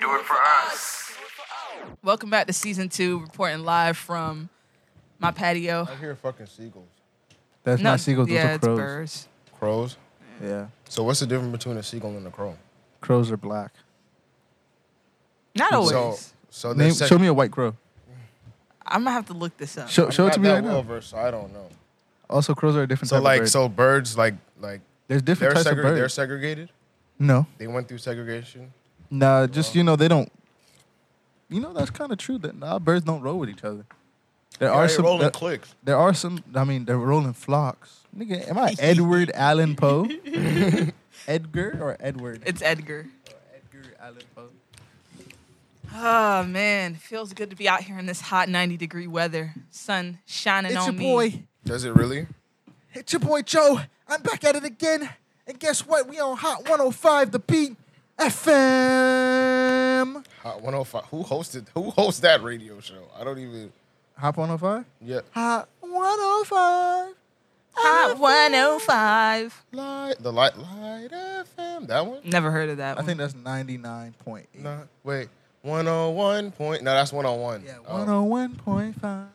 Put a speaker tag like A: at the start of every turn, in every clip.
A: do it for us.
B: Welcome back to season two, reporting live from my patio.
C: I hear fucking seagulls,
D: That's not seagulls. Those
B: yeah,
D: are crows.
B: it's birds.
C: crows.
D: Yeah,
C: So what's the difference between a seagull and a crow?
D: crows are black.
B: Not always.
C: So, so they
D: Name,
C: sec-
D: show me a white crow.
B: I'm gonna have to look this up.
D: Show,
C: I'm
D: show it
C: not
D: to me
C: that
D: right
C: well
D: now.
C: versed, so I don't know.
D: Also, crows are a different
C: So
D: type
C: like,
D: of bird.
C: so birds like like
D: There's
C: they're
D: different types
C: segre-
D: of
C: they're
D: birds.
C: segregated.
D: No,
C: They went through segregation.
D: nah, just
C: Oh.
D: you know they don't. You know that's kind of true. That nah, birds don't roll with each other. There are some. uh, There,
C: clicks.
D: there are some. I mean, they're rolling flocks. Nigga, am I Edward Allan Poe? Edgar or Edward?
B: It's Edgar.
D: Edgar Allan Poe.
B: Oh man, feels good to be out here in this hot 90 degree weather. Sun shining
D: It's
B: on
D: your
B: me.
D: boy.
C: Does it really?
D: It's your boy Joe. I'm back at it again. And guess what? We on Hot 105, the beat FM.
C: Hot 105. Who hosted? Who hosts that radio show? I don't even.
D: Hot 105?
C: Yeah.
D: Hot 105.
B: Hot 105.
C: Light the light light FM. That one.
B: Never heard of that.
D: I
B: one.
D: think that's 99.8.
C: No, wait. 101 point. No, that's 101.
D: Yeah,
C: Oh.
D: 101.5.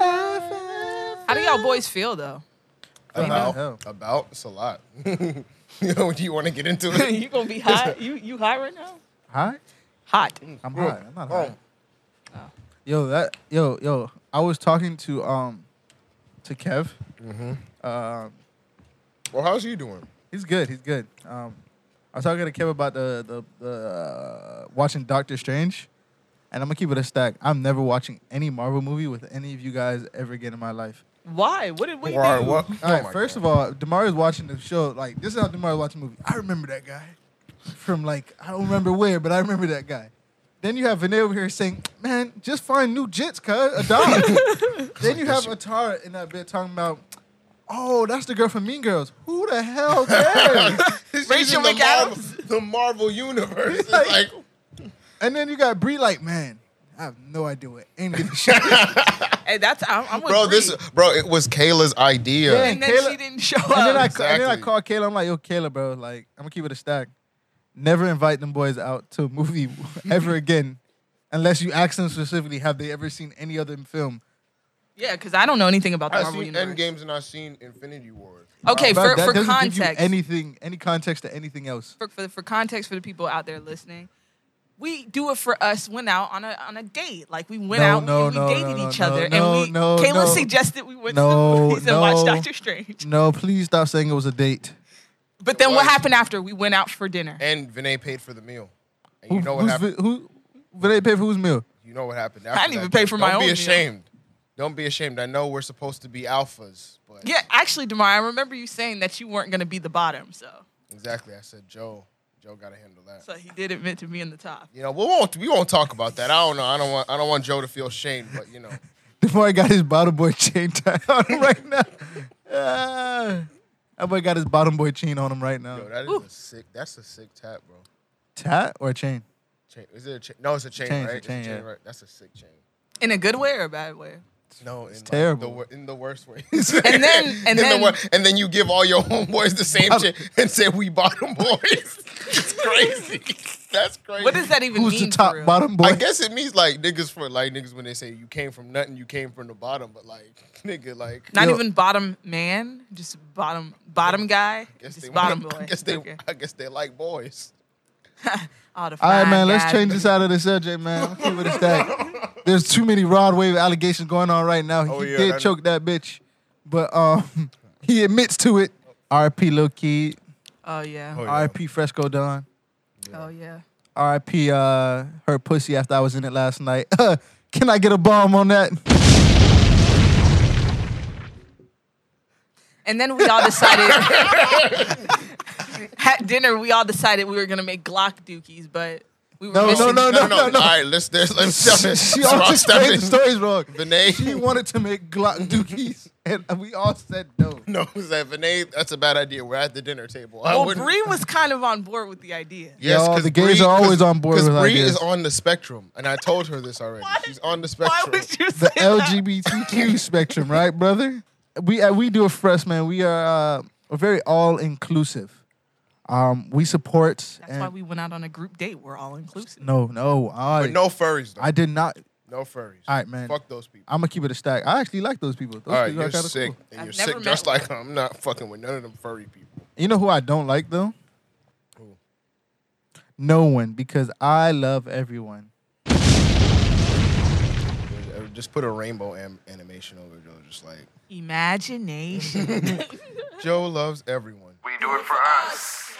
D: FM.
B: How do y'all boys feel though?
C: About,
D: Hell.
C: about, it's a lot. you know, do you want to get into it?
B: you gonna be hot? You you hot right now?
D: Hot?
B: Hot.
D: I'm hot. I'm not hot.
C: Oh,
D: Yo, that yo yo. I was talking to um to Kev. Mm-hmm. Um,
C: well, how's you doing?
D: He's good. He's good. Um, I was talking to Kev about the the, the uh, watching Doctor Strange, and I'm gonna keep it a stack. I'm never watching any Marvel movie with any of you guys ever again in my life.
B: Why? What did we
C: All right,
B: do?
C: what-
D: All right.
C: oh my
D: first
C: God.
D: of all, Demar is watching the show. Like this is how Demar is watching the movie. I remember that guy from like I don't remember where, but I remember that guy. Then you have Vinay over here saying, "Man, just find new jits, cuz a dog." then you have Atara in that bit talking about, "Oh, that's the girl from Mean Girls. Who the hell cares?"
C: This is
B: Rachel
C: the Marvel,
B: McAdams.
C: the Marvel universe. It's
D: Like-
C: like,
D: And then you got Bree like, man, I have no idea what any of this shit is.
B: Hey, that's I'm, I'm with
C: bro, this,
B: Bree.
C: bro, it was Kayla's idea.
D: Yeah.
B: And then
D: Kayla-
B: she didn't show
D: And then, I,
B: up.
D: and then I
C: Exactly.
D: called Kayla. I'm like, yo, Kayla, bro, like, I'm gonna keep it a stack. Never invite them boys out to a movie ever again, unless you ask them specifically, have they ever seen any other film?
B: Yeah, because I don't know anything about the
C: I've
B: Marvel
C: seen
B: universe.
C: Endgames and I've seen Infinity Wars.
B: Okay,
D: Bro,
B: for,
D: that
B: for
D: doesn't
B: context,
D: give you anything, any context to anything else.
B: for, for for context for the people out there listening, we do it for us. Went out on a on a date, like we went
D: No,
B: out,
D: no,
B: and we
D: no,
B: dated
D: no,
B: each
D: no,
B: other,
D: no,
B: and we
D: no,
B: Kayla
D: no.
B: suggested we went
D: No,
B: to the movies and watched
D: no.
B: Doctor Strange.
D: No, please stop saying it was a date.
B: But then
C: was.
B: what happened after? We went out for dinner.
D: Eh.
C: And Vinay paid for the meal. And you know what
D: Who's
C: happened?
D: vi- who? But they pay for whose meal?
C: You know what happened.
B: didn't
C: after
B: even
C: that.
B: pay for my
C: Don't
B: own
C: be
B: meal.
C: ashamed. Don't be ashamed. I know we're supposed to be alphas, but
B: Yeah, actually, Demar, I remember you saying that you weren't going to be the bottom, so
C: exactly. I said, Joe, Joe got to handle that.
B: so he did admit to being the top.
C: You know, we won't we won't talk about that. I don't know. I don't want I don't want Joe to feel shame, but you know.
D: Before I got his bottom boy chain tied on him right now. Ah, that boy got his bottom boy chain on him right now.
C: Yo, that is
B: Ooh.
C: a sick that's a sick tap, bro.
D: Tat or a chain?
C: Chain. Is it a chain? No, it's a chain,
D: Chain, it's
C: right?
D: a chain, yeah.
C: right? That's a sick chain.
B: In a good way or a bad way?
C: No, it's
D: terrible.
C: the, wor- in the worst ways.
B: And then- and
C: In
B: then-
C: the wor- and then you give all your homeboys the same shit and say we bottom boys. it's crazy. That's crazy.
B: What does that even
D: Who's
B: mean?
D: the top
B: for real?
D: bottom boy?
C: I guess it means like niggas for like niggas when they say you came from nothing, you came from the bottom, but like nigga, like
B: Not
D: Yo.
B: even bottom man, just bottom bottom guy,
C: guess
B: just
C: they
B: bottom
C: wanna-
B: boy.
C: I guess they
B: Okay.
C: I guess they like boys.
B: All, the
D: All right,
B: fine
D: man, let's
B: guys.
D: change this out of the subject, man. Let's keep it a stack. There's too many Rod Wave allegations going on right now. He
C: Oh, yeah,
D: did
C: that-
D: choke that bitch, but um, he admits to it. R.P. Lil Kid,
B: Oh yeah.
C: Oh, yeah.
D: R.P. Fresco Don,
B: Oh yeah.
D: R.P. Uh, her pussy after I was in it last night. Can I get a bomb on that?
B: And then we all decided at dinner we all decided we were gonna make Glock dookies, but we were
D: No,
B: missing.
D: no, no, no, no, no.
C: All right, let's there's, let's step in.
D: she
C: So I'll
D: always
C: step
D: made
C: in.
D: the stories wrong.
C: Vinay.
D: She wanted to make Glock dookies, and we all said no.
C: No, is that Vinay? That's a bad idea. We're at the dinner table. I
B: Well,
C: wouldn't-
B: Bree was kind of on board with the idea.
C: Yes,
D: Y'all,
C: 'cause
D: the gays
C: Bree-
D: are always
C: 'cause-
D: on board
C: 'cause
D: with
C: Bree
D: ideas.
C: is on the spectrum, and I told her this already. She's on the
B: Why
C: spectrum.
B: would you say
D: the
B: that?
D: LGBTQ spectrum, right, brother? We uh, we do it for us, man. We are uh, we're very all inclusive. Um, we support.
B: That's
D: and-
B: why we went out on a group date. We're all inclusive.
D: No, no, I,
C: But no furries, though.
D: I did not.
C: no furries.
D: All right, man.
C: Fuck those people.
D: I'm gonna keep it a stack. I actually like those people. Those
C: All right,
D: people are
C: you're
D: kinda
C: sick.
D: cool.
C: And
B: I've
C: you're
B: never
C: sick
B: met
C: just
B: one.
C: like I'm not fucking with none of them furry people.
D: You know who I don't like though?
C: Who?
D: No one, because I love everyone.
C: Just put a rainbow am- animation over it, though. Just like,
B: Imagination.
C: Joe loves everyone.
A: We do it for us.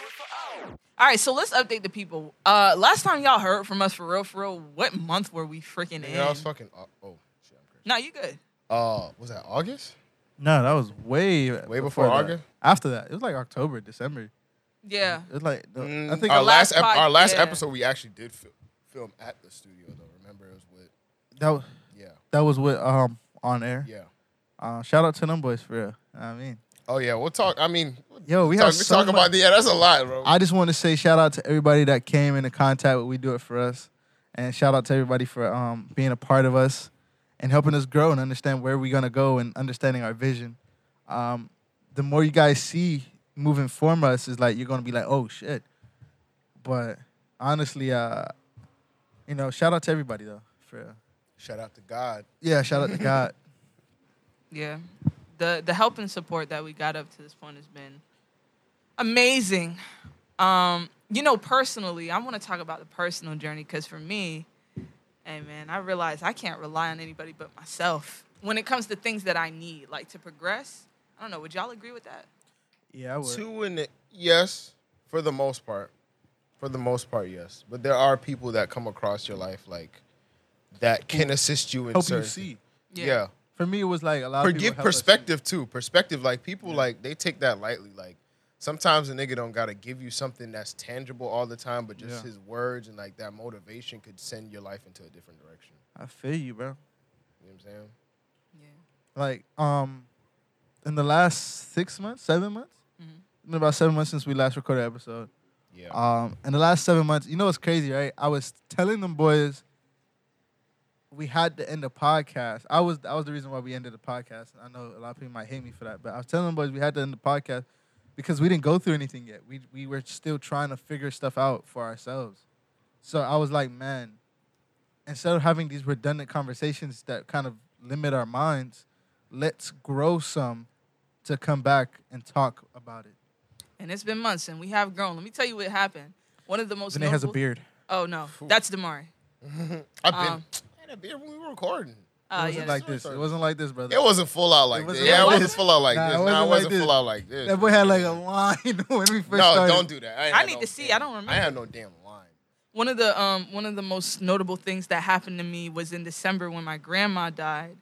B: all right, so let's update the people. Uh, last time y'all heard from us for real, for real, what month were we freaking in?
C: Yeah, I was fucking. au- Oh, shit. I'm crazy.
B: no, you good.
C: Uh, was that August?
D: No, that was way
C: Way before
D: that.
C: August?
D: After that, it was like October, December.
B: Yeah.
D: It was like the- I
C: Mm,
D: think
C: our
B: the last
C: last ep-
B: pod-
C: our last
B: yeah.
C: episode we actually did fil- film at the studio though. Remember it was with
D: that was,
C: yeah
D: that was with um on air.
C: yeah
D: Uh, shout out to them boys for real. I mean,
C: oh yeah we'll talk. I mean
D: yo,
C: we
D: we have
C: talk, we
D: so
C: talk
D: much-
C: about the, yeah that's a lot, bro.
D: I just want to say shout out to everybody that came into contact with We Do It For Us. And shout out to everybody for um, being a part of us and helping us grow and understand where we're going to go and understanding our vision. Um, the more you guys see moving from us is like, you're going to be like, oh shit. But honestly, uh, you know, shout out to everybody though. For,
C: Shout out to God.
D: yeah, shout out to God.
B: Yeah. The the help and support that we got up to this point has been amazing. Um, you know, personally, I want to talk about the personal journey because for me, hey man, I realize I can't rely on anybody but myself when it comes to things that I need, like to progress. I don't know. Would y'all agree with that?
D: Yeah, I would.
C: Two and yes for the most part, for the most part yes. But there are people that come across your life like that can assist you in
D: help you
C: certain
D: see.
C: yeah.
D: For me, it was like a lot
C: Per-
D: of people
C: give
D: helped us.
C: perspective too. Perspective, like people like they take that lightly. Like sometimes a nigga don't gotta give you something that's tangible all the time, but just
D: Yeah.
C: his words and like that motivation could send your life into a different direction.
D: I feel you, bro.
C: You know what I'm saying?
B: Yeah.
D: like um in the last six months, seven months. It's been about seven months since we last recorded an episode.
C: Yeah.
D: Um, in the last seven months, you know what's crazy, right? I was telling them boys we had to end the podcast. I was that was the reason why we ended the podcast. I know a lot of people might hate me for that, but I was telling them boys we had to end the podcast because we didn't go through anything yet. We we were still trying to figure stuff out for ourselves. So I was like, man, instead of having these redundant conversations that kind of limit our minds, let's grow some to come back and talk about it.
B: And it's been months, and we have grown. Let me tell you what happened. One of the most.
D: Vinay has a
B: notable-
D: beard.
B: Oh no, that's Damari.
C: I've been
B: um,
C: I had a beer when we were recording.
D: It
B: Uh,
D: wasn't
B: yeah.
D: like this. It wasn't like this, brother.
C: It wasn't full out like
D: It
C: this.
D: wasn't
B: like
C: Yeah, it wasn't
B: this.
C: full out like
D: Nah,
C: this.
D: it
C: Nah,
D: wasn't
C: it
D: like
C: wasn't
D: this.
C: full out like this.
D: that boy had like a line when we first
C: No,
D: started.
C: don't do that. I, ain't
B: I
C: had
B: need
C: no
B: to see.
C: damn-
B: I don't
C: I ain't
B: remember.
C: had no damn line.
B: One of the um one of the most notable things that happened to me was in December when my grandma died,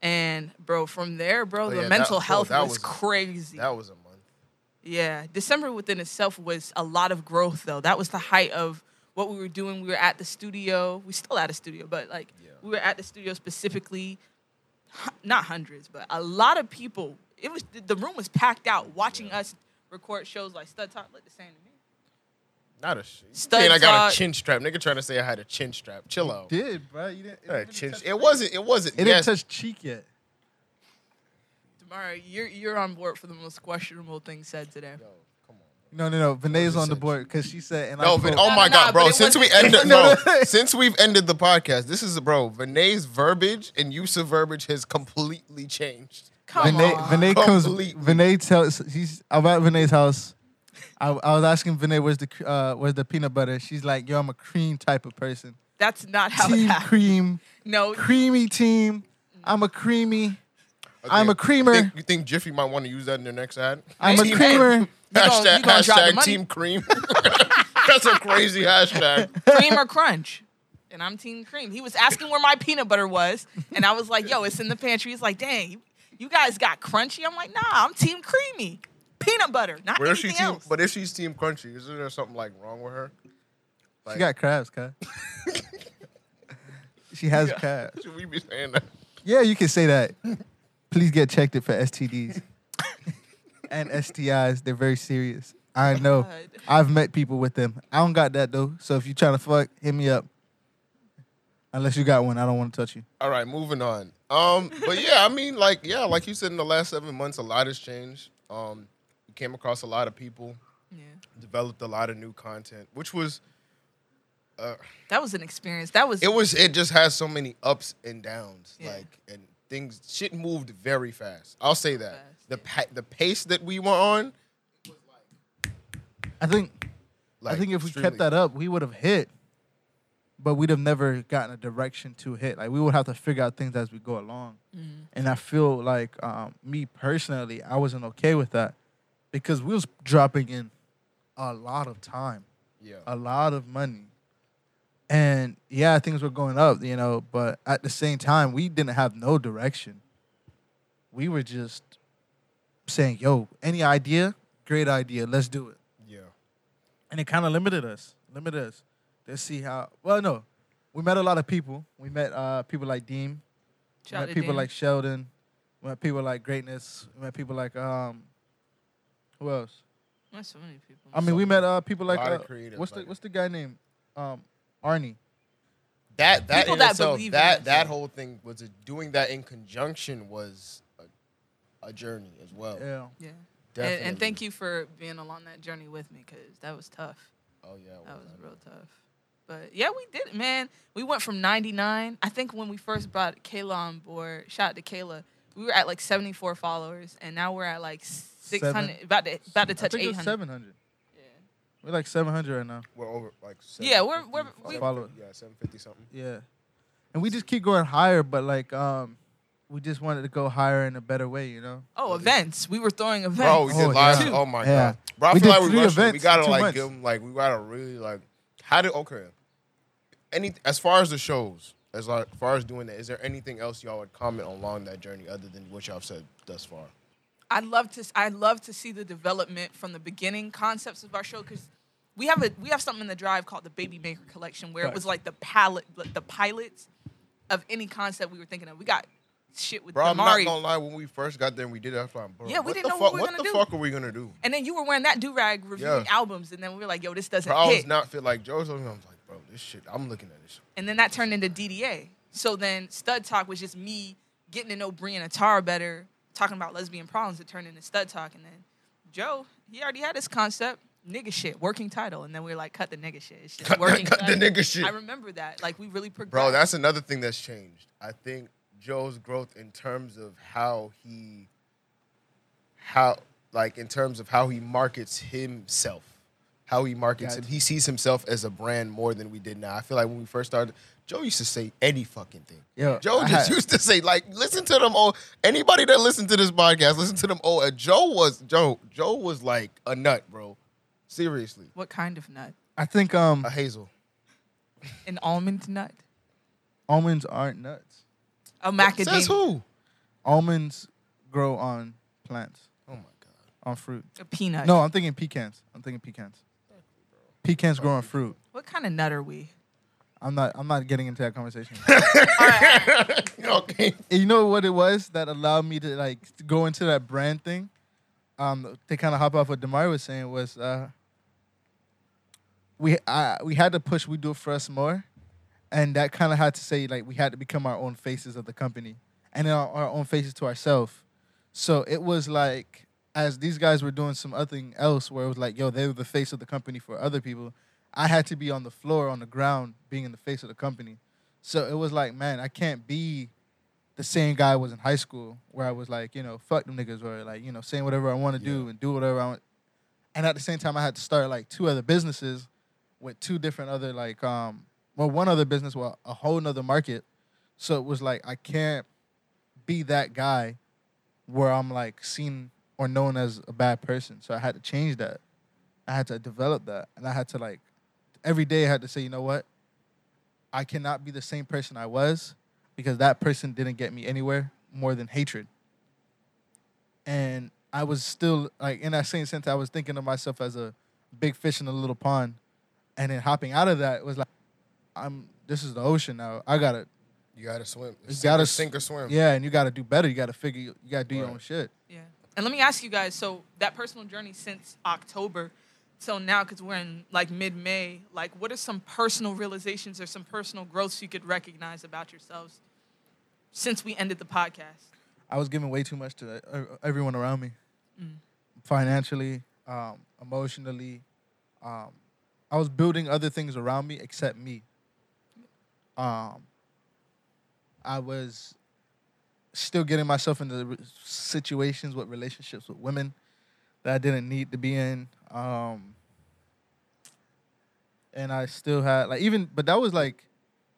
B: and bro, from there, bro,
C: Oh,
B: the
C: yeah, that-
B: mental
C: bro,
B: health
C: that
B: was,
C: was-
B: crazy.
C: That was a month.
B: yeah, December within itself was a lot of growth though. That was the height of what we were doing. We were at the studio. We still at a studio, but like
C: Yeah.
B: we were at the studio specifically, hu- not hundreds, but a lot of people. It was the- the room was packed out watching us record shows like Stud Talk. Look the same to me.
C: Not a shit.
B: Stud
C: And I got
B: talk.
C: a chin strap. Nigga trying to say I had a chin strap. Chill out.
D: Did bro? You didn't. It,
C: I had a
D: didn't
C: chin-
D: touch-
C: It wasn't. It wasn't.
D: it
C: yes,
D: didn't touch cheek yet.
B: Tomorrow, you're you're on board for the most questionable thing said today.
C: Yo, come on.
D: No, no, no. Vinay's
C: it
D: on the
C: said
D: board because she said, and I
C: No,
D: quote,
C: but oh
B: No,
C: my
B: no,
C: god,
B: no,
C: bro!
B: but it
C: Since we
B: wasn't-
C: ended,
D: No,
C: bro,
D: no.
C: since we've ended the podcast, this is bro. Vinay's verbiage and use of verbiage has completely changed.
B: Come
D: Vinay,
B: on.
D: Vinay comes.
C: Completely.
D: Vinay tells. She's. I'm at Vinay's house. I, I was asking Vinay, "Where's the cr- uh, where's the peanut butter?" She's like, "Yo, I'm a cream type of person.
B: That's not how it
D: team
B: happened.
D: cream,
B: No,
D: creamy team. I'm a creamy. I'm a
C: Okay,
D: creamer.
C: You think, you think Jiffy might want to use that in their next ad?
D: I'm a
B: Team-
D: creamer.
B: gonna-
C: hashtag
B: you gonna drop the
C: hashtag
B: money.
C: Team Cream. That's a crazy hashtag.
B: cream or crunch. And I'm team cream. He was asking where my peanut butter was, and I was like, "Yo, it's in the pantry." He's like, "Dang, you, you guys got crunchy." I'm like, "Nah, I'm team creamy, peanut butter, not
C: But if
B: anything
C: she's team,
B: else."
C: but if she's Team Crunchy, isn't there something like wrong with her?
D: She got crabs, cut. she has
C: Yeah.
D: crabs.
C: Should we be saying that?
D: Yeah, you can say that. Please get checked it for STDs and STIs. They're very serious. I know.
B: God.
D: I've met people with them. I don't got that though. So if you trying to fuck, hit me up. Unless you got one, I don't want to touch you.
C: All right, moving on. Um, but yeah, I mean, like, yeah, like you said, in the last seven months, a lot has changed. Um, we came across a lot of people.
B: Yeah.
C: developed a lot of new content, which was
B: That was an experience. That was
C: it was it just has so many ups and downs,
B: Yeah.
C: like and things. Shit moved very fast. I'll say that
B: Fast,
C: the pa- the pace that we were on.
D: I think
C: Like,
D: I think if we
C: extremely
D: kept that up, we would have hit, but we'd have never gotten a direction to hit. Like we would have to figure out things as we go along. And I feel like um, me personally, I wasn't okay with that because we was dropping in a lot of time,
C: yeah,
D: a lot of money, and yeah, things were going up, you know. But at the same time, we didn't have no direction. We were just saying, "Yo, any idea? Great idea. Let's do it."
C: yeah,
D: and it kind of limited us. Limited us to see how. Well, no, we met a lot of people. We met uh, people like Deem. We
B: shout
D: met
B: out to
D: people
B: Dan.
D: like Sheldon. We met people like Greatness. We met people like um, who else?
B: There's so many people.
D: I mean, we met uh people like
C: lot of
D: uh,
C: creatives
D: what's the
C: like-
D: what's the guy named um Arnie.
C: that that
B: People
C: in
B: that
C: itself,
B: believe in
C: that that
B: themselves.
C: whole thing was a, doing that in conjunction was a, a journey as well.
D: Yeah,
B: yeah. And-
C: Definitely.
B: And, thank you for being along that journey with me because that was tough.
C: Oh yeah, it
B: That was
C: I know.
B: real tough. But yeah, we did it, man. We went from 99. I think when we first brought Kayla on board, shout out to Kayla, we were at like 74 followers, and now we're at like 600, about to about to
D: I
B: touch
D: think it's
B: 800.
D: seven hundred.
B: Yeah.
D: We're like seven hundred right now.
C: We're over like
B: Yeah, we're- we're-
C: 750,
B: we-
D: Follow it.
C: yeah, seven fifty something.
D: Yeah, and we just keep going higher, but like um, we just wanted to go higher in a better way, you know.
B: Oh, events. We were throwing events.
C: Bro, we did
D: Oh,
C: live.
D: yeah.
C: Oh my
D: Yeah.
C: god, bro! I
D: We
C: feel
D: did
C: like we
D: three
C: rushed. it. We
D: events in
C: gotta
D: two
C: like
D: months.
C: give them like we gotta really like how did okay. Any as far as the shows, as like, as far as doing that, is there anything else y'all would comment along that journey other than what y'all have said thus far?
B: I love to I love to see the development from the beginning concepts of our show because we have a we have something in the drive called the Baby Maker Collection where it was
D: Facts.
B: like the palette the pilots of any concept we were thinking of. We got shit with
C: Bro, I'm
B: Damari,
C: not gonna lie. When we first got there, and we did that. Like, bro,
B: Yeah, we
C: what
B: didn't
C: the
B: know
C: fuck,
B: what we were
C: what
B: gonna
C: the
B: do.
C: fuck are we gonna do?
B: and then you were wearing that do rag reviewing
C: Yeah.
B: albums, and then we were like, "Yo, this doesn't
C: Bro, I was
B: hit."
C: not feel like Joe's. I'm like, bro, this shit. I'm looking at this. shit.
B: and then that turned into DDA. So then Stud Talk was just me getting to know Brianna Tar better, talking about lesbian problems. It turned into Stud Talk, and then Joe, he already had this concept, nigga shit, working title, and then we were like, cut the nigga shit. It's just working
C: cut the
B: title.
C: nigga shit.
B: I remember that. Like we really progressed.
C: Bro, that's another thing that's changed. I think Joe's growth in terms of how he how like in terms of how he markets himself. How he markets him.
D: Gotcha.
C: He sees himself as a brand more than we did now. I feel like when we first started, Joe used to say any fucking thing.
D: Yeah,
C: Joe
D: I
C: just
D: had-
C: used to say, like, listen to them old anybody that listened to this podcast, listen to them old and Joe was Joe, Joe was like a nut, bro. Seriously.
B: what kind of nut?
D: I think um
C: A hazel.
B: An almond nut?
D: almonds aren't nuts.
B: A
C: Says
B: macadamia?
C: who?
D: Almonds grow on plants,
C: Oh my god.
D: on fruit.
B: A peanut?
D: No, I'm thinking pecans. I'm thinking pecans. Pecans grow on fruit.
B: What kind of nut are we?
D: I'm not. I'm not getting into that conversation.
C: okay.
D: And you know what it was that allowed me to like go into that brand thing. Um, to kind of hop off what Demari was saying was uh, we I, we had to push. We do it for us more, and that kind of had to say like we had to become our own faces of the company, and then our, our own faces to ourselves. So it was like as these guys were doing some other thing else, where it was like, yo, they were the face of the company for other people. I had to be on the floor, on the ground, being in the face of the company. So it was like, man, I can't be the same guy I was in high school where I was like, you know, fuck them niggas or like, you know, saying whatever I want to do and do whatever I want. And at the same time, I had to start like two other businesses with two different other like, um, well, one other business, well, a whole nother market. So it was like I can't be that guy where I'm like seen or known as a bad person. So I had to change that. I had to develop that, and I had to like every day I had to say, you know what, I cannot be the same person I was because that person didn't get me anywhere more than hatred. And I was still like in that same sense, I was thinking of myself as a big fish in a little pond, and then hopping out of that was like, I'm this is the ocean now. I gotta
C: You gotta swim.
D: You
C: Sink
D: gotta
C: or
D: s-
C: sink or swim.
D: yeah, and you gotta do better. You gotta figure you gotta do your
C: Right.
D: own shit.
B: Yeah. And let me ask you guys so that personal journey since October till now, because we're in like mid May, like what are some personal realizations or some personal growths you could recognize about yourselves since we ended the podcast?
D: uh, I was giving way too much to uh, everyone around me, financially, um, emotionally. Um, I was building other things around me except me. Um, I was still getting myself into the re- situations with relationships with women that I didn't need to be in. Um, and I still had like even, but that was like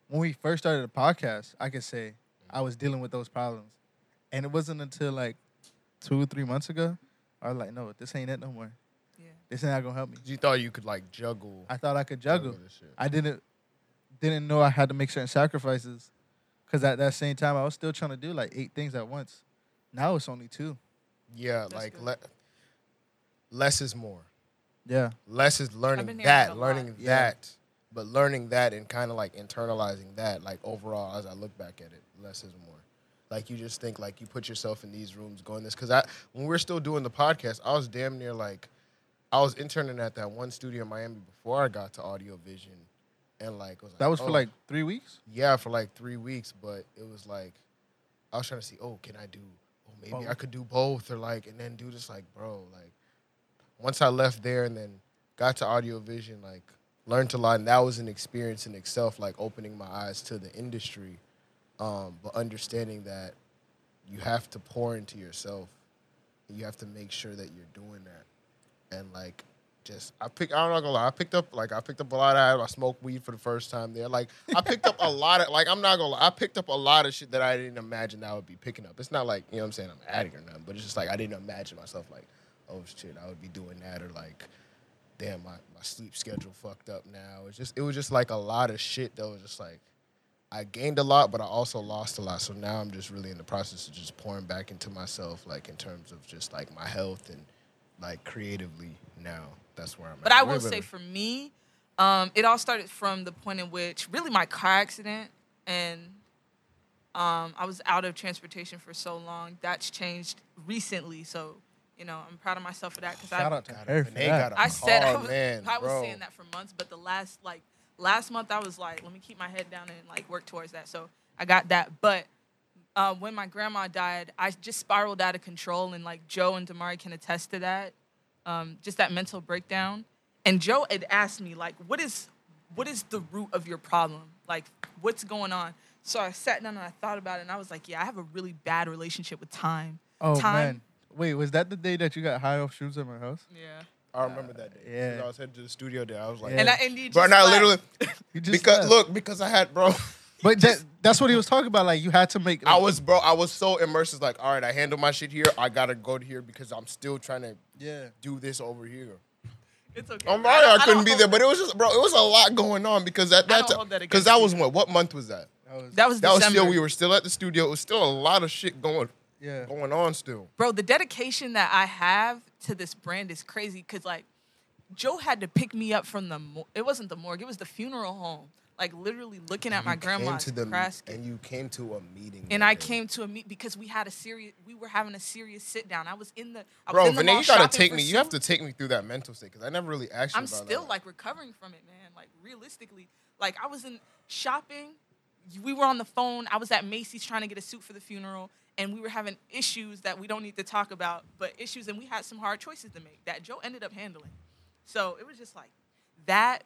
D: when we first started the podcast. I could say I was dealing with those problems, and it wasn't until like two or three months ago I was like, no, this ain't it no more.
B: Yeah.
D: This ain't gonna help me.
C: You thought you could like juggle,
D: I thought I could juggle.
C: this shit.
D: I didn't didn't know I had to make certain sacrifices because at that same time I was still trying to do like eight things at once. Now it's only two.
C: Yeah,
B: That's
C: like
B: good.
C: le- less is more.
D: Yeah,
C: Less is
B: been
C: learning
B: hearing that a
C: that,
B: lot.
C: learning
D: Yeah.
C: that, but learning that and kind of like internalizing that, like overall, as I look back at it, less is more. Like you just think like you put yourself in these rooms going this because I when we were still doing the podcast, I was damn near like I was interning at that one studio in Miami before I got to Audio Vision, and like was
D: that was
C: oh,
D: for like three weeks.
C: yeah for like three weeks, but it was like I was trying to see oh can I do oh maybe I
D: Both.
C: could do both or like and then do this like bro like once I left there and then got to audio vision like learned a lot and that was an experience in itself like opening my eyes to the industry, um, but understanding that you have to pour into yourself, you have to make sure that you're doing that, and like. Just I pick. I'm not gonna lie. I picked up like I picked up a lot of. I smoked weed for the first time there. Like I picked up a lot of. Like I'm not gonna lie. I picked up a lot of shit that I didn't imagine I would be picking up. It's not like you know what I'm saying. I'm an addict or nothing. But it's just like I didn't imagine myself like, oh shit, I would be doing that or like, damn, my my sleep schedule fucked up now. It's just it was just like a lot of shit that was just like, I gained a lot, but I also lost a lot. So now I'm just really in the process of just pouring back into myself, like in terms of just like my health and like creatively now. That's where I'm
B: But
C: at.
B: I will say for me, um, it all started from the point in which really my car accident and um, I was out of transportation for so long. That's changed recently. So, you know, I'm proud of myself for that because
D: Shout
B: I,
D: out to her for
C: Renee
D: that.
C: got a
B: I said I
C: call,
B: was,
C: Oh, man,
B: I was
C: bro.
B: saying that for months, but the last like last month I was like, let me keep my head down and like work towards that. So I got that. But uh, when my grandma died, I just spiraled out of control, and like Joe and Damari can attest to that, um, just that mental breakdown. And Joe had asked me like, what is what is the root of your problem? Like, what's going on? So I sat down and I thought about it, and I was like, yeah, I have a really bad relationship with time.
D: Oh
B: time.
D: man, wait, was that the day that you got high off shoes at my house?
B: Yeah.
C: I remember that day.
D: yeah.
C: When I was headed to the studio there. I was like,
D: Yeah.
B: And I and you
C: bro,
B: just
C: not
B: laughed.
C: literally
D: You just
C: because
D: left.
C: look because I had bro.
D: but that, that's what he was talking about. Like you had to make.
C: I was bro. I was so immersed. It's like, all right, I handle my shit here. I gotta go to here because I'm still trying to
D: yeah.
C: do this over here.
B: It's okay.
C: I'm sorry I,
B: don't-
C: couldn't
B: don't
C: be
B: hold
C: there, but it was just bro. It was a lot going on because at
B: I
C: that
B: don't hold that
C: because
B: against
C: that
B: you.
C: was what what month was that?
D: That was,
B: That was
C: That was
B: December.
C: still we were still at the studio. It was still a lot of shit going
D: yeah.
C: going on still.
B: Bro, the dedication that I have to this brand is crazy because, like, Joe had to pick me up from the, mo- it wasn't the morgue, it was the funeral home. Like, literally looking at my grandma's casket.
C: you came to a meeting.
B: And I came to a meet because we had a serious, we were having a serious sit down. I was in the, I was
C: Bro,
B: in the
C: Vinay,
B: mall
C: you gotta
B: shopping
C: take
B: for
C: me. You have
B: suit.
C: to take me through that mental state because I never really asked you
B: I'm
C: about
B: still
C: that.
B: like recovering from it, man. Like realistically, like I was in shopping, we were on the phone. I was at Macy's trying to get a suit for the funeral, and we were having issues that we don't need to talk about, but issues, and we had some hard choices to make that Joe ended up handling. So it was just like that,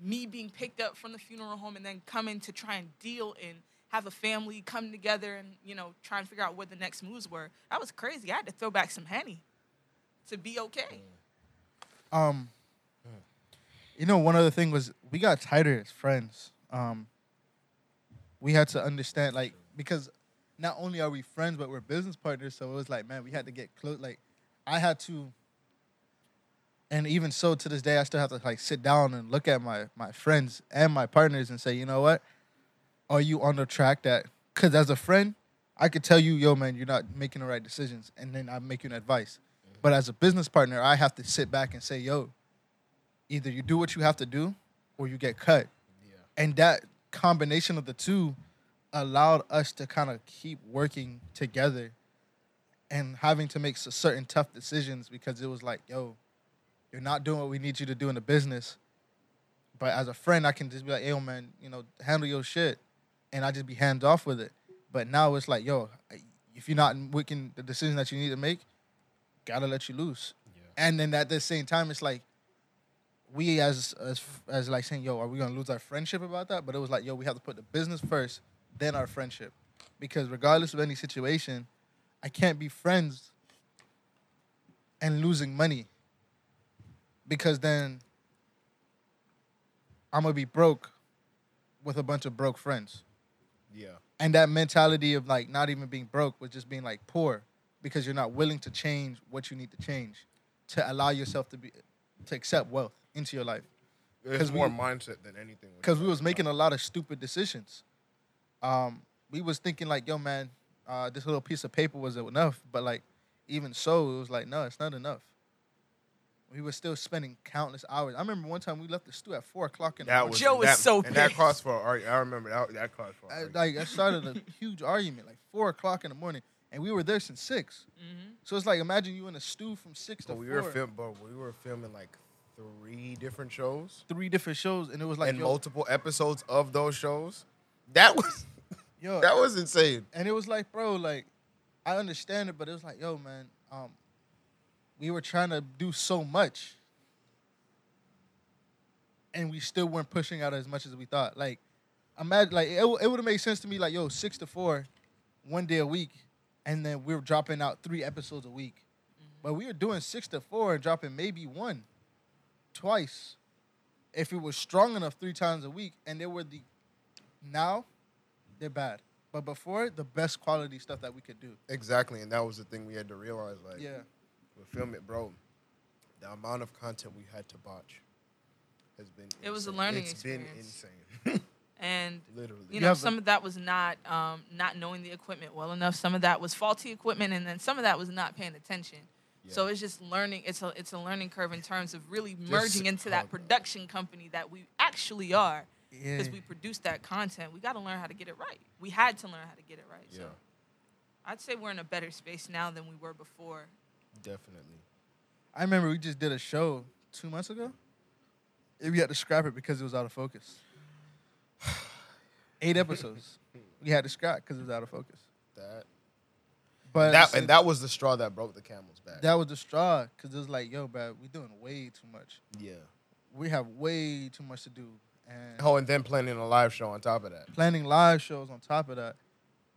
B: me being picked up from the funeral home and then coming to try and deal and have a family come together and you know try and figure out what the next moves were. That was crazy. I had to throw back some henny to be okay.
D: Um, you know, one other thing was we got tighter as friends. Um, we had to understand, like, because not only are we friends, but we're business partners. So it was like, man, we had to get close. Like, I had to, and even so, to this day, I still have to like sit down and look at my my friends and my partners and say, you know what, are you on the track that? Because as a friend, I could tell you, yo, man, you're not making the right decisions, and then I make you an advice. But as a business partner, I have to sit back and say, yo, either you do what you have to do or you get cut. And that combination of the two allowed us to kind of keep working together and having to make s- certain tough decisions because it was like, yo, you're not doing what we need you to do in the business. But as a friend, I can just be like, yo, man, you know, handle your shit. And I just be hands off with it. But now it's like, yo, if you're not making the decision that you need to make, gotta let you loose.
C: Yeah.
D: And then at the same time, it's like we as as as like saying, "Yo, are we gonna lose our friendship about that?" But it was like, "Yo, we have to put the business first, then our friendship, because regardless of any situation, I can't be friends and losing money, because then I'm gonna be broke with a bunch of broke friends."
C: Yeah.
D: and that mentality of like not even being broke was just being like poor because you're not willing to change what you need to change to allow yourself to be to accept wealth into your life
C: It's
D: 'Cause
C: more
D: we-
C: mindset than anything. when
D: because
C: you
D: we
C: talk
D: was making
C: about-
D: a lot of stupid decisions um we was thinking like yo man uh this little piece of paper was enough but like even so it was like no it's not enough we were still spending countless hours i remember one time we left the stew at four o'clock in the
C: that
D: morning
C: was,
B: Joe was
C: that-
B: so
C: And that
B: pissed.
C: cost for an argument. I remember that, that cost for an
D: I,
C: argument.
D: like I started a huge argument, like four o'clock in the morning, and we were there since six. So it's like imagine you in a stew from six to
C: But we
D: four,
C: were film, but we were filming like three different shows
D: three different shows, and it was like
C: and
D: yo,
C: multiple episodes of those shows. That was
D: yo,
C: that was insane.
D: and it was like, bro, like I understand it, but it was like, yo, man, um, we were trying to do so much, and we still weren't pushing out as much as we thought. Like, imagine, like it, w- it would have made sense to me, like, yo, six to four, one day a week, and then we were dropping out three episodes a week, but we were doing six to four and dropping maybe one, twice, if it was strong enough, three times a week, and they were the now they're bad. But before, the best quality stuff that we could do.
C: Exactly, and that was the thing we had to realize. Like,
D: Yeah.
C: we film it, bro. The amount of content we had to botch has been.
B: It was a
C: insane.
B: learning
C: It's
B: experience.
C: been insane,
B: And
C: literally.
B: you
D: You
B: know,
D: have a-
B: some of that was not um, not knowing the equipment well enough. Some of that was faulty equipment, and then some of that was not paying attention. So
C: Yeah.
B: it's just learning. It's a it's a learning curve in terms of really
C: Just-
B: merging into
C: oh,
D: uh,
B: that production company that we actually are,
D: Yeah.
B: because we produce that content. We got to learn how to get it right. We had to learn how to get it right. So
C: Yeah.
B: I'd say we're in a better space now than we were before.
C: Definitely.
D: I remember we just did a show two months ago. And we had to scrap it because it was out of focus. Eight episodes. We had to scrap because it was out of focus.
C: That
D: But
C: that and that was the straw that broke the camel's back.
D: that was the straw because it was like, yo, bro, we doing way too much.
C: yeah.
D: We have way too much to do. And
C: Oh, and then planning a live show on top of that.
D: planning live shows on top of that.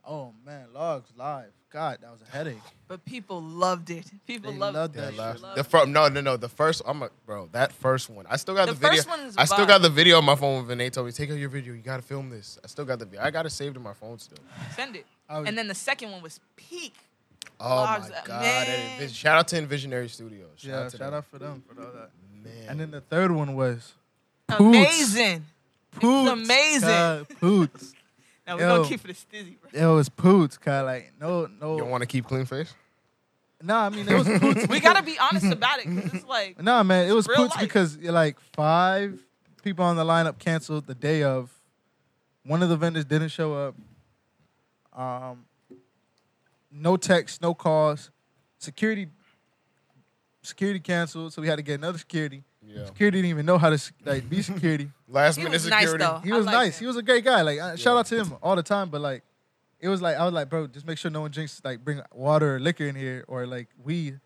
D: Oh man, logs live. God, that was a headache.
B: But people loved it. People
D: They
B: loved,
D: loved
B: that.
C: Yeah,
D: that
B: shit.
D: last-
C: last,
B: Loved
C: the
B: it.
C: first, no, no, no. The first, I'm a bro. That first one, I still got the,
B: The
C: video.
B: first one is
C: I still
B: vibe.
C: got the video on my phone when Vinay told me, "Take out your video. You gotta film this." I still got the video. I got it saved in my phone still.
B: Send it.
D: I was-
B: And then the second one was peak.
C: Oh
B: Logs
C: my
B: up,
C: god!
B: man.
C: Envis- shout out to Envisionary Studios. Shout
D: yeah,
C: out to
D: shout
C: them.
D: out for them for all that.
C: man.
D: And then the third one was Poots.
B: Amazing.
D: Poots.
B: amazing.
D: God, poots.
B: Now we're gonna
D: Yo.
B: keep it a stizzy, bro.
D: It was poots, kind of like no,
C: you don't
D: no.
C: want to keep clean face.
D: Nah, I mean it was poots.
B: We gotta be honest about it because it's like
D: Nah, man, it was
B: Real
D: poots
B: life.
D: because you're like five people on the lineup canceled the day of. One of the vendors didn't show up. Um, no text, no calls. Security, security canceled, so we had to get another security.
C: Yeah.
D: Security didn't even know how to sec- like be security.
C: Last
B: He
C: minute
B: was
C: security.
B: nice though.
D: He
B: I
D: was
B: liked
D: nice.
B: him.
D: He was a great guy. Like I shout
C: Yeah.
D: out to him all the time. But like, it was like I was like, bro, just make sure no one drinks like bring water or liquor in here or like weed.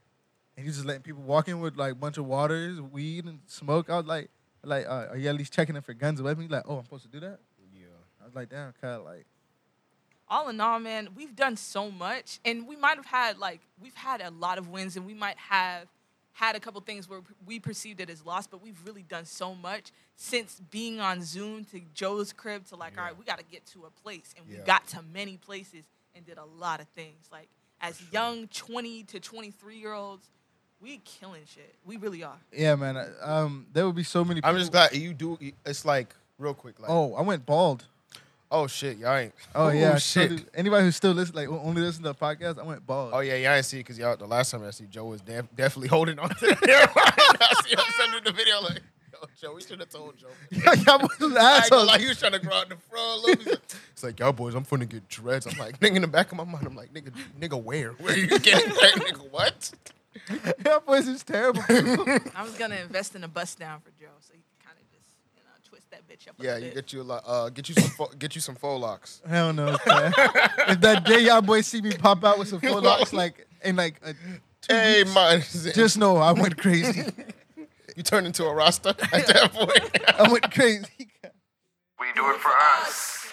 D: And he's just letting people walk in with like bunch of waters, weed, and smoke. I was like, like, uh, are you at least checking them for guns or weapons? He's like, oh, I'm supposed to do that.
C: Yeah.
D: I was like, damn, kind of like,
B: all in all, man, we've done so much, and we might have had like we've had a lot of wins, and we might have had a couple things where we perceived it as loss, but we've really done so much since being on Zoom to Joe's crib to like, all right, we got to get to a place, and
C: Yeah.
B: we got to many places and did a lot of things. Like as young twenty to twenty three year olds, we killing shit. We really are.
D: yeah, man. I- Um, there would be so many. People.
C: I'm just glad you do. It's like real quick. Like oh,
D: Oh, I went bald.
C: shit, y'all ain't.
D: Oh, yeah, I still
C: shit.
D: do- Anybody who's still listen, like who only listen to the podcast, I went bald.
C: Oh yeah, y'all ain't see because y'all. The last time I see Joe was def- definitely holding on to the hairline. I see him sending the video like, "Yo, Joe, we should have told Joe."
D: yeah, y'all boys was
C: I ain't gonna
D: assholes.
C: lie, he was trying to grow out the front. a little bit. It's like, y'all boys, I'm finna get dreads. I'm like, nigga, in the back of my mind, I'm like, nigga, nigga, where? Where you getting that? Nigga, what?
D: y'all boys is terrible.
B: I was gonna invest in a bus down for Joe, so he kind of just you know twist that bitch up. a
C: Yeah,
B: bit.
C: you get you a lot. Uh, get you some, fo- get you some faux locks.
D: Hell no. cuz. if that day y'all boys see me pop out with some full locks, like in like a
C: Hey, my,
D: Just know I went crazy.
C: you turned into a Rasta at that point.
D: I went crazy.
A: We do it for us.